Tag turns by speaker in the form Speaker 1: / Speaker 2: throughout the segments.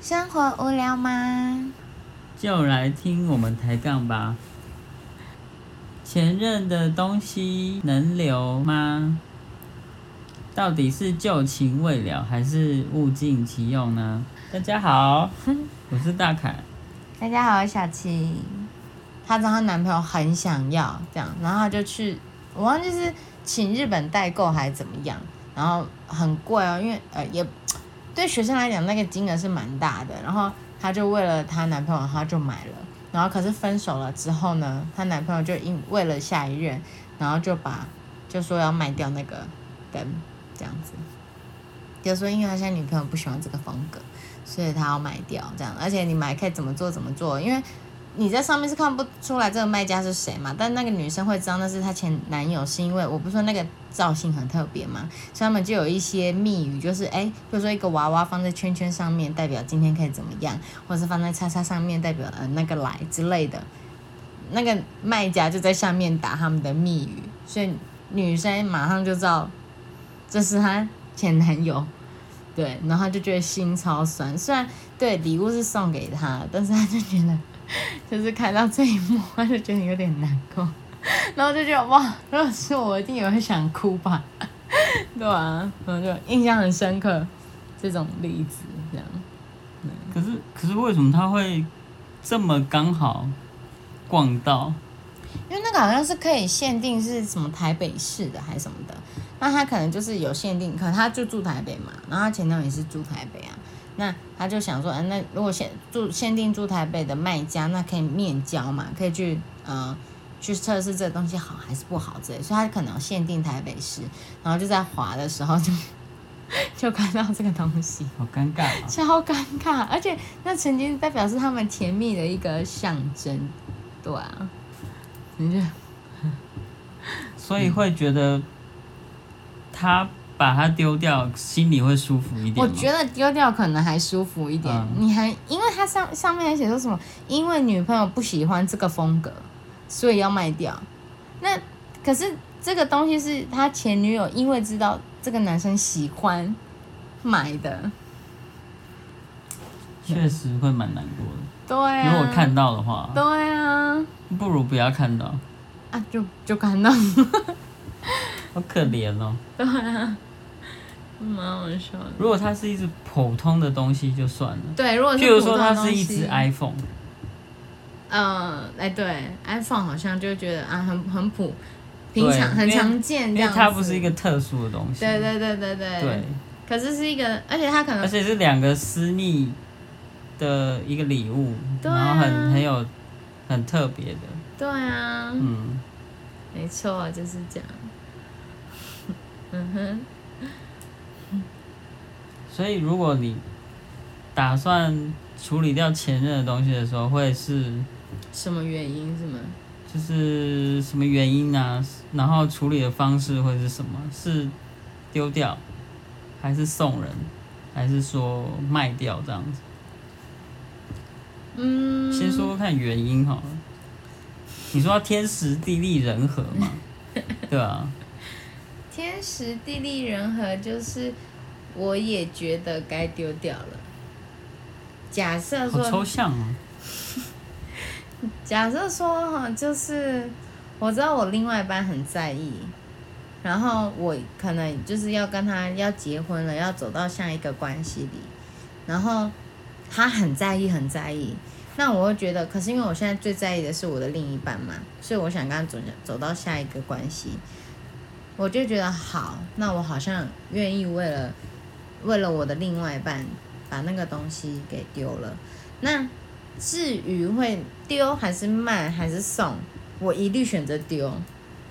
Speaker 1: 生活无聊吗？
Speaker 2: 就来听我们抬杠吧。前任的东西能留吗？到底是旧情未了，还是物尽其用呢？大家 好，我是大凯。
Speaker 1: 大家好，我小琪。她知道她男朋友很想要这样，然后她就去，我忘记是请日本代购还是怎么样，然后很贵哦，因为呃也对学生来讲那个金额是蛮大的，然后她就为了她男朋友，然后她就买了，然后可是分手了之后呢，她男朋友就因为了下一任，然后就把就说要卖掉那个灯这样子，就说因为他现在女朋友不喜欢这个风格，所以他要卖掉这样，而且你买可以怎么做怎么做，因为。你在上面是看不出来这个卖家是谁嘛，但那个女生会知道那是她前男友，是因为我不是说那个造型很特别嘛，所以他们就有一些密语，就是哎，比如说一个娃娃放在圈圈上面，代表今天可以怎么样，或者是放在叉叉上面，代表呃那个来之类的。那个卖家就在下面打他们的密语，所以女生马上就知道这是她前男友，对，然后就觉得心超酸。虽然对礼物是送给她，但是她就觉得。就是看到这一幕，他就觉得有点难过，然后就觉得哇，如果是我，一定也会想哭吧， 对啊，然后就印象很深刻这种例子，这样
Speaker 2: 可是，可是为什么他会这么刚好逛到？
Speaker 1: 因为那个好像是可以限定是什么台北市的还是什么的，那他可能就是有限定，可能他就住台北嘛，然后他前男友也是住台北啊，那他就想说，嗯、那如果限住限定住台北的卖家，那可以面交嘛，可以去呃去测试这东西好还是不好之类，所以他可能有限定台北市，然后就在滑的时候就 就看到这个东西，
Speaker 2: 好尴尬哦、
Speaker 1: 超尴尬，而且那曾经代表是他们甜蜜的一个象征，对啊，你就。
Speaker 2: 所以会觉得他把它丢掉，心里会舒服一点
Speaker 1: 我
Speaker 2: 吗。
Speaker 1: 觉得丢掉可能还舒服一点，
Speaker 2: 嗯
Speaker 1: 你还因为他上上面还写说什么，因为女朋友不喜欢这个风格，所以要卖掉。那可是这个东西是他前女友因为知道这个男生喜欢买的，
Speaker 2: 确实会蛮难过的。
Speaker 1: 对啊，
Speaker 2: 如果，看到的话，
Speaker 1: 对啊，
Speaker 2: 不如不要看到，
Speaker 1: 啊就就看 到，
Speaker 2: 好可怜哦。
Speaker 1: 蛮好笑的。
Speaker 2: 如果它是一只普通的东西就算了，
Speaker 1: 对，如果哦是
Speaker 2: 譬如
Speaker 1: 普
Speaker 2: 说
Speaker 1: 通的
Speaker 2: 它
Speaker 1: 东
Speaker 2: 是一
Speaker 1: 西
Speaker 2: 只 iPhone，
Speaker 1: 嗯，哎、对，iPhone 好像就觉得啊，很很普，平
Speaker 2: 对
Speaker 1: 常很
Speaker 2: 因为
Speaker 1: 常见
Speaker 2: 因
Speaker 1: 这
Speaker 2: 为
Speaker 1: 样子。
Speaker 2: 它不是一个特殊的东西，
Speaker 1: 对对对对对。嗯
Speaker 2: 对，
Speaker 1: 可是是一个，而且它可
Speaker 2: 而
Speaker 1: 能
Speaker 2: 且是两个私密的一个礼物，
Speaker 1: 对啊
Speaker 2: 然后很很有很特别的，
Speaker 1: 对啊，
Speaker 2: 嗯，
Speaker 1: 没错，就是这样。嗯哼，
Speaker 2: 所以如果你打算处理掉前任的东西的时候，会是
Speaker 1: 什么原因是吗？
Speaker 2: 就是什么原因啊？然后处理的方式会是什么？是丢掉，还是送人，还是说卖掉这样子？
Speaker 1: 嗯，
Speaker 2: 先说说看原因好了。你说要天时地利人和嘛？ 对啊，
Speaker 1: 天时地利人和，就是我也觉得该丢掉了。假设
Speaker 2: 好抽
Speaker 1: 说，
Speaker 2: 象哦。
Speaker 1: 假设说哈，就是我知道我另外一半很在意，然后我可能就是要跟他要结婚了，要走到下一个关系里，然后他很在意，很在意。那我会觉得，可是因为我现在最在意的是我的另一半嘛，所以我想跟他走走到下一个关系，我就觉得好，那我好像愿意为了为了我的另外一半把那个东西给丢了。那至于会丢还是卖还是送，我一律选择丢。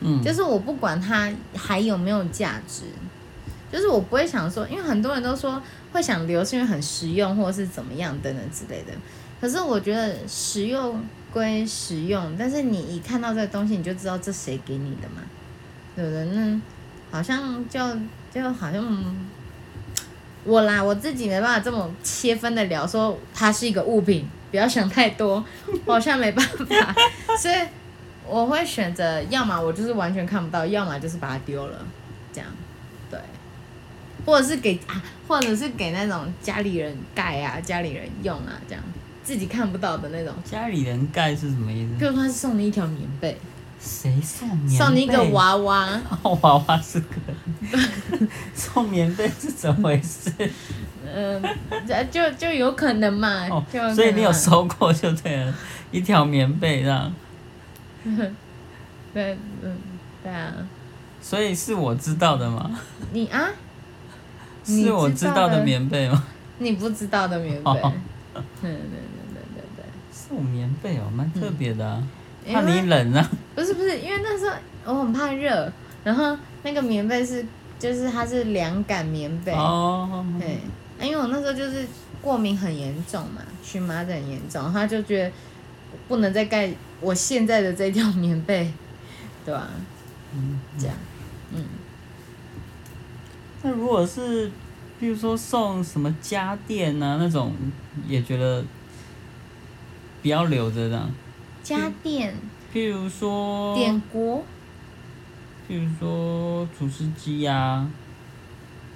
Speaker 2: 嗯，
Speaker 1: 就是我不管它还有没有价值，就是我不会想说，因为很多人都说会想留是因为很实用或是怎么样等等之类的。可是我觉得实用归实用，但是你一看到这个东西，你就知道这谁给你的嘛，对不对？那好像就就好像嗯我啦，我自己没办法这么切分的聊，说它是一个物品，不要想太多，我好像没办法，所以我会选择，要么我就是完全看不到，要么就是把它丢了，这样，对，或者是给啊，或者是给那种家里人盖啊，家里人用啊，这样自己看不到的那种。
Speaker 2: 家里人盖是什么意
Speaker 1: 比
Speaker 2: 思？
Speaker 1: 如说送你一条棉被，
Speaker 2: 谁送棉被？
Speaker 1: 送你一个娃娃，
Speaker 2: 哦，娃娃是个 送棉被是怎么回事？
Speaker 1: 嗯、呃，就就有可能嘛，
Speaker 2: 哦
Speaker 1: 就可能，
Speaker 2: 所以你有
Speaker 1: 嘛
Speaker 2: 收过就对了，一条棉被这样。
Speaker 1: 对，嗯，对啊，
Speaker 2: 所以是我知道的 吗？
Speaker 1: 你啊，你啊
Speaker 2: 是我知道的棉被吗？
Speaker 1: 你不知道的棉被，
Speaker 2: 哦
Speaker 1: 对对对
Speaker 2: 送棉被哦，蛮特别的、啊，
Speaker 1: 对对对，
Speaker 2: 怕你
Speaker 1: 因为
Speaker 2: 冷啊。
Speaker 1: 不是不是，因为那时候我很怕热，然后那个棉被是就是它是凉感棉被，
Speaker 2: 哦，
Speaker 1: 对，啊因为我那时候就是过敏很严重嘛，荨麻疹很严重，他就觉得不能再盖我现在的这条棉被， 对吧、
Speaker 2: 嗯
Speaker 1: 这样，嗯，
Speaker 2: 那如果是，比如说送什么家电啊那种，也觉得不要留着这样。
Speaker 1: 家电、
Speaker 2: 譬如说，
Speaker 1: 电锅，
Speaker 2: 譬如说厨师机啊、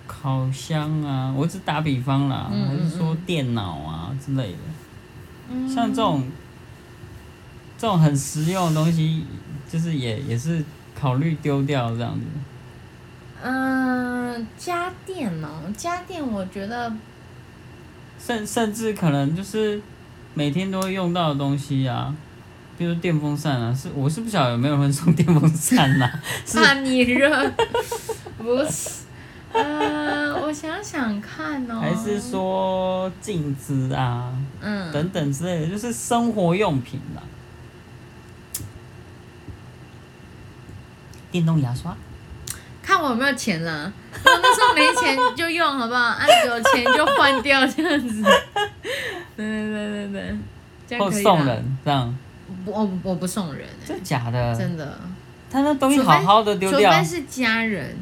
Speaker 2: 烤箱啊，我只打比方啦，
Speaker 1: 嗯嗯
Speaker 2: 还是说
Speaker 1: 嗯
Speaker 2: 电脑啊之类的。
Speaker 1: 嗯，
Speaker 2: 像这种这种很实用的东西，就是也也是考虑丢掉这样子。
Speaker 1: 嗯、家电哦，家电我觉得
Speaker 2: 甚甚至可能就是每天都会用到的东西啊，比如电风扇啊，是我是不晓得有没有人送电风扇啦、啊 是
Speaker 1: 怕你 热，不是，嗯、我想想看哦，
Speaker 2: 还是说镜子啊
Speaker 1: 嗯，
Speaker 2: 等等之类的，就是生活用品啦、
Speaker 1: 嗯
Speaker 2: 电动牙刷，
Speaker 1: 看我有没有钱啦。如果那时候没钱就用，好不好？啊，有钱就换掉这样子。对对对对对，这样
Speaker 2: 或
Speaker 1: 可以啦
Speaker 2: 哦送。人这样，
Speaker 1: 不，我我不送人、欸，
Speaker 2: 真假的？
Speaker 1: 真的。
Speaker 2: 他那东西
Speaker 1: 除非
Speaker 2: 好好的丢
Speaker 1: 除
Speaker 2: 掉
Speaker 1: 非是家人，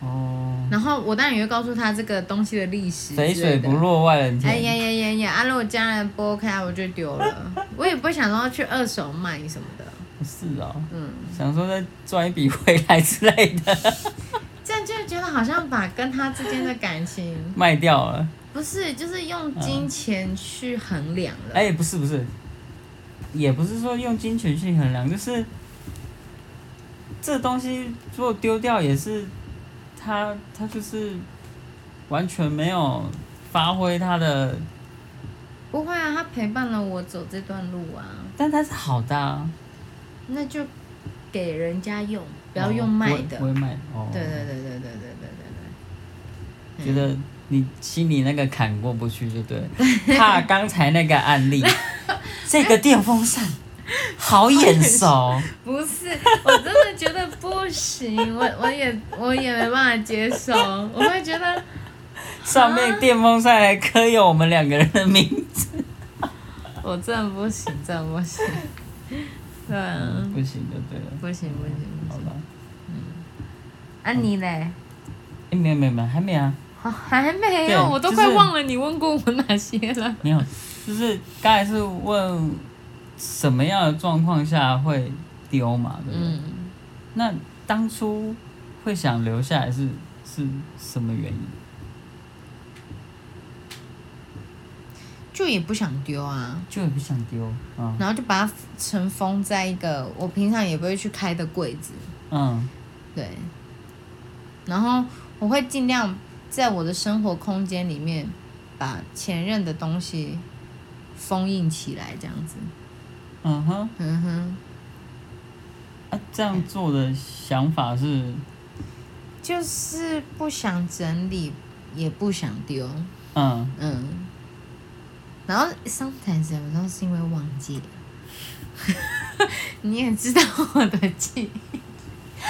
Speaker 2: 哦，
Speaker 1: 然后我当然也会告诉他这个东西的历史。
Speaker 2: 肥水不。落外人
Speaker 1: 哎呀
Speaker 2: 田，
Speaker 1: 呀呀呀！啊，如果家人不 OK，啊我就丢了。我也不会想说去二手卖什么的。
Speaker 2: 是哦，
Speaker 1: 嗯，
Speaker 2: 想说再赚一笔回来之类的，
Speaker 1: 这样就觉得好像把跟他之间的感情，
Speaker 2: 卖掉了。
Speaker 1: 不是就是用金钱去衡量了。
Speaker 2: 哎、不是不是，也不是说用金钱去衡量，就是这东西如果丢掉也是，它它就是完全没有发挥它的，
Speaker 1: 不会啊，他陪伴了我走这段路啊，
Speaker 2: 但它是好的、啊，
Speaker 1: 那就给人家用，不要
Speaker 2: 哦
Speaker 1: 用卖
Speaker 2: 不会
Speaker 1: 的。
Speaker 2: 不会卖的哦。
Speaker 1: 对对对对对对对对对。
Speaker 2: 觉得你心里那个坎过不去就 对了，怕刚才那个案例，这个电风扇好眼熟，
Speaker 1: 嗯不是，我真的觉得不行，我我也我也没办法接受，我会觉得
Speaker 2: 上面电风扇还刻有我们两个人的名字，
Speaker 1: 我真的不行，真的不行。对啊，
Speaker 2: 不行就对了，
Speaker 1: 不行不行不
Speaker 2: 好
Speaker 1: 行。
Speaker 2: 吧？
Speaker 1: 啊你嘞？
Speaker 2: 哎、没有没有没有，还没啊，
Speaker 1: 好还没
Speaker 2: 对
Speaker 1: 有，我都
Speaker 2: 就是
Speaker 1: 快忘了你问过我哪些了。
Speaker 2: 没有，就是刚才是问什么样的状况下会丢嘛，对不对？
Speaker 1: 嗯，
Speaker 2: 那当初会想留下来是是什么原因？
Speaker 1: 就也不想丢啊。
Speaker 2: 就也不想丢啊，
Speaker 1: 然后就把它尘封在一个我平常也不会去开的柜子，
Speaker 2: 嗯
Speaker 1: 对。然后我会尽量在我的生活空间里面把前任的东西封印起来，这样子。
Speaker 2: 嗯哼，
Speaker 1: 嗯哼，
Speaker 2: 啊，这样做的想法是，
Speaker 1: 就是不想整理，也不想丢，
Speaker 2: 嗯，
Speaker 1: 嗯。然后 sometimes 有时候是因为忘记了， 你也知道我的记忆。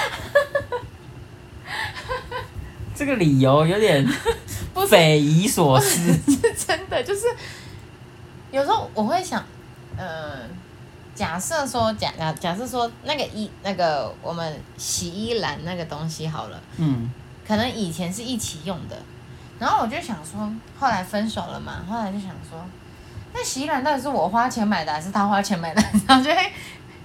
Speaker 2: 这个理由有 点
Speaker 1: 不是
Speaker 2: 匪夷所 思，
Speaker 1: 是真的，就是有时候我会想，呃，假设说假假假设说那个衣那个我们洗衣篮那个东西好了，
Speaker 2: 嗯
Speaker 1: 可能以前是一起用的，然后我就想说，后来分手了嘛，后来就想说，那洗衣篮到底是我花钱买的还是他花钱买的？然后就会，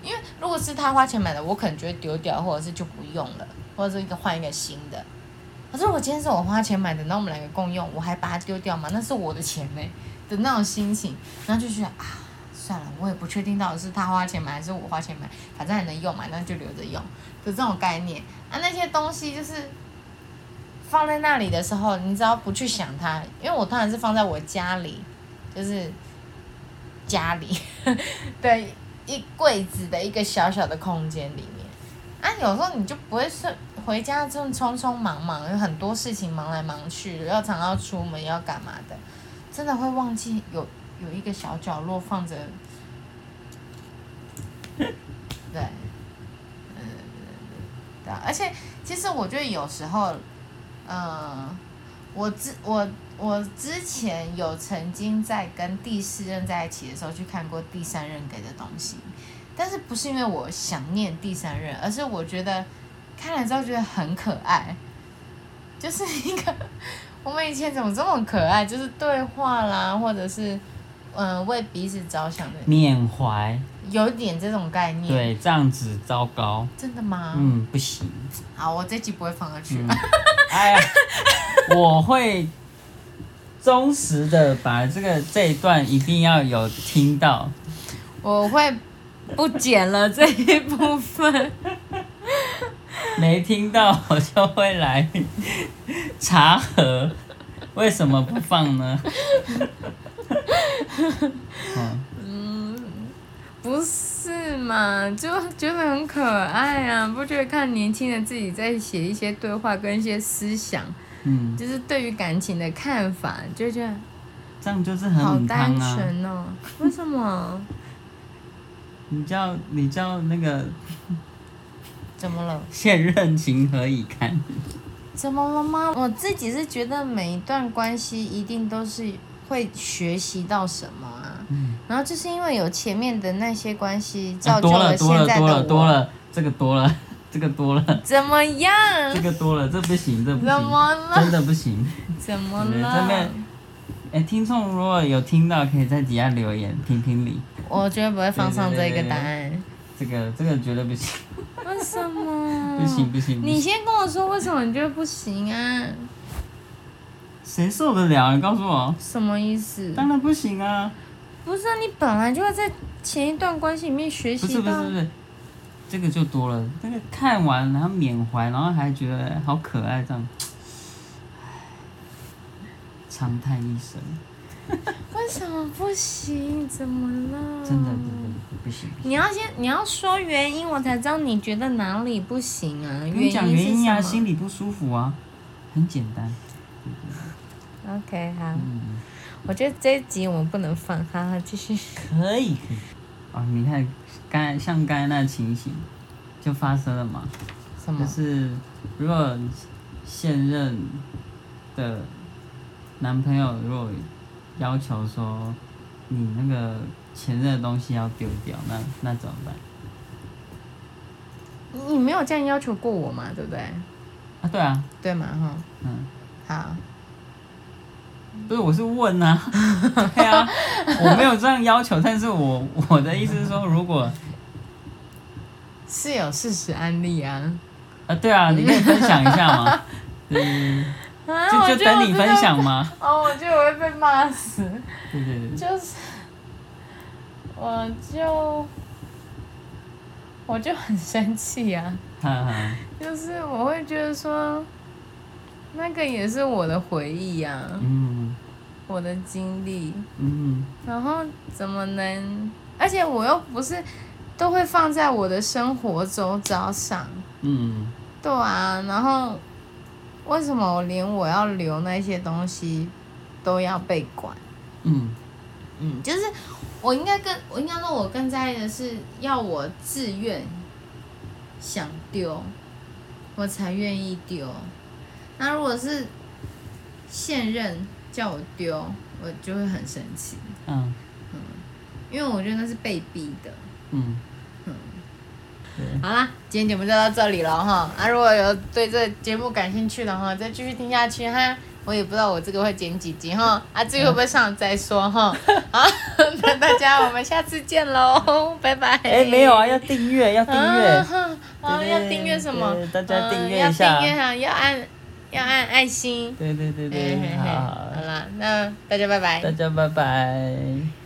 Speaker 1: 因为如果是他花钱买的，我可能就会丢掉，或者是就不用了，或者是一个换一个新的。可是我今天是我花钱买的，那我们两个共用，我还把它丢掉嘛？那是我的钱呢、的那种心情，然后就觉得啊，算了，我也不确定到底是他花钱买还是我花钱买，反正还能用嘛，那就留着用的这种概念啊。那些东西就是放在那里的时候，你只要不去想它，因为我当然是放在我家里，就是家里 的一柜子的一个小小的空间里面。啊，有时候你就不会是回家这么匆匆忙忙，有很多事情忙来忙去，要常要出门要干嘛的，真的会忘记有有一个小角落放着，对，嗯，对啊，而且其实我觉得有时候，嗯，我之我我之前有曾经在跟第四任在一起的时候去看过第三任给的东西，但是不是因为我想念第三任，而是我觉得看了之后觉得很可爱，就是一个我们以前怎么这么可爱，就是对话啦，或者是嗯为彼此着想的，
Speaker 2: 缅怀，
Speaker 1: 有点这种概念。，
Speaker 2: 对，这样子糟糕，
Speaker 1: 真的吗？
Speaker 2: 嗯，不行，
Speaker 1: 好，我这集不会放上去。
Speaker 2: 嗯，哎呀，我会忠实的把这个这一段一定要有听到，
Speaker 1: 我会不剪了这一部分。
Speaker 2: 没听到我就会来查核，为什么不放呢？嗯，
Speaker 1: 不是嘛？ 就觉得很可爱啊，不觉得看年轻的自己在写一些对话跟一些思想，
Speaker 2: 嗯，
Speaker 1: 就是对于感情的看法，就觉得
Speaker 2: 这样就是
Speaker 1: 好
Speaker 2: 很母
Speaker 1: 单
Speaker 2: 汤啊。
Speaker 1: 纯哦。为什 么？
Speaker 2: 你叫你叫那个
Speaker 1: 怎么了？
Speaker 2: 现任情何以堪？啊
Speaker 1: 怎么了吗？我自己是觉得每一段关系一定都是会学习到什么啊，
Speaker 2: 嗯
Speaker 1: 然后就是因为有前面的那些关系，
Speaker 2: 啊
Speaker 1: 造就
Speaker 2: 多了
Speaker 1: 现
Speaker 2: 多了
Speaker 1: 在的
Speaker 2: 多
Speaker 1: 我。
Speaker 2: 了多了，这个多了，这个多了，
Speaker 1: 怎么样？
Speaker 2: 这个多了，这不行，这不
Speaker 1: 怎
Speaker 2: 行，
Speaker 1: 么了？
Speaker 2: 真的不行。
Speaker 1: 怎么
Speaker 2: 对这
Speaker 1: 了
Speaker 2: 边？哎、听众如果有听到，可以在底下留言评评理。
Speaker 1: 我绝对不会放上这个答案。
Speaker 2: 这个这个绝对不行，
Speaker 1: 为什么？
Speaker 2: 不行不行不
Speaker 1: 你
Speaker 2: 行，
Speaker 1: 先跟我说为什么你觉得不行啊？
Speaker 2: 谁受得了？你告诉我，
Speaker 1: 什么意思？
Speaker 2: 当然不行啊！
Speaker 1: 不是、啊、你本来就会在前一段关系里面学
Speaker 2: 不是
Speaker 1: 习
Speaker 2: 不是
Speaker 1: 到
Speaker 2: 不是，这个就多了。这个看完然后缅怀，然后还觉得好可爱，这样，长叹一声，
Speaker 1: 为什么不行？怎么了？
Speaker 2: 真的真的不行。
Speaker 1: 你要先，你要说原因，我才知道你觉得哪里不行啊。
Speaker 2: 跟你讲
Speaker 1: 是
Speaker 2: 原因啊，
Speaker 1: 什么
Speaker 2: 心里不舒服啊，很简单。
Speaker 1: OK，好，
Speaker 2: 嗯，
Speaker 1: 我觉得这一集我们不能放，好好继续。
Speaker 2: 可以可以。哦，你看，刚才像刚才那情形就发生了嘛，
Speaker 1: 什么
Speaker 2: 嗯就？是如果现任的男朋友如果要求说你那个前任的东西要丢掉，那那怎么办？
Speaker 1: 你你没有这样要求过我嘛？对不对？
Speaker 2: 啊，对啊，
Speaker 1: 对嘛？哈，
Speaker 2: 嗯，
Speaker 1: 好。
Speaker 2: 不是，我是问啊， 对啊，我没有这样要求，但是我我的意思是说，如果
Speaker 1: 是有事实案例啊。
Speaker 2: 啊，对啊，你可以分享一下吗？ 嗯，
Speaker 1: 啊
Speaker 2: 就就等你分。享吗？
Speaker 1: 哦，我觉得我会被骂死。
Speaker 2: 对对对，
Speaker 1: 就是，我就，我就很生气啊！
Speaker 2: 哈哈，
Speaker 1: 就是我会觉得说，那个也是我的回忆啊，
Speaker 2: 嗯
Speaker 1: 我的经历，
Speaker 2: 嗯，
Speaker 1: 然后怎么能？而且我又不是都会放在我的生活周遭上。
Speaker 2: 嗯，
Speaker 1: 对啊，然后为什么我连我要留那些东西都要被管？
Speaker 2: 嗯，
Speaker 1: 嗯，就是我应该更，我应该说，我更在意的是要我自愿想丢，我才愿意丢。那如果是现任叫我丢，我就会很生气，
Speaker 2: 嗯，
Speaker 1: 因为我觉得那是被逼的。
Speaker 2: 嗯，
Speaker 1: 好啦，今天节目就到这里了哈。啊，如果有对这节目感兴趣的哈，再继续听下去哈。我也不知道我这个会剪几集哈，啊，至于会不会上再说 哈。好，那大家我们下次见 喽，拜拜。
Speaker 2: 哎，没有啊，要订阅，要订阅
Speaker 1: 啊，，哈啊要订阅什么
Speaker 2: 对？大家
Speaker 1: 嗯
Speaker 2: 订阅
Speaker 1: 要
Speaker 2: 一下
Speaker 1: 订阅啊，要按要按爱心。
Speaker 2: 对对对
Speaker 1: 嘿嘿
Speaker 2: 对，
Speaker 1: 嘿，
Speaker 2: 好，
Speaker 1: 好啦，那大家拜拜。
Speaker 2: 大家拜拜。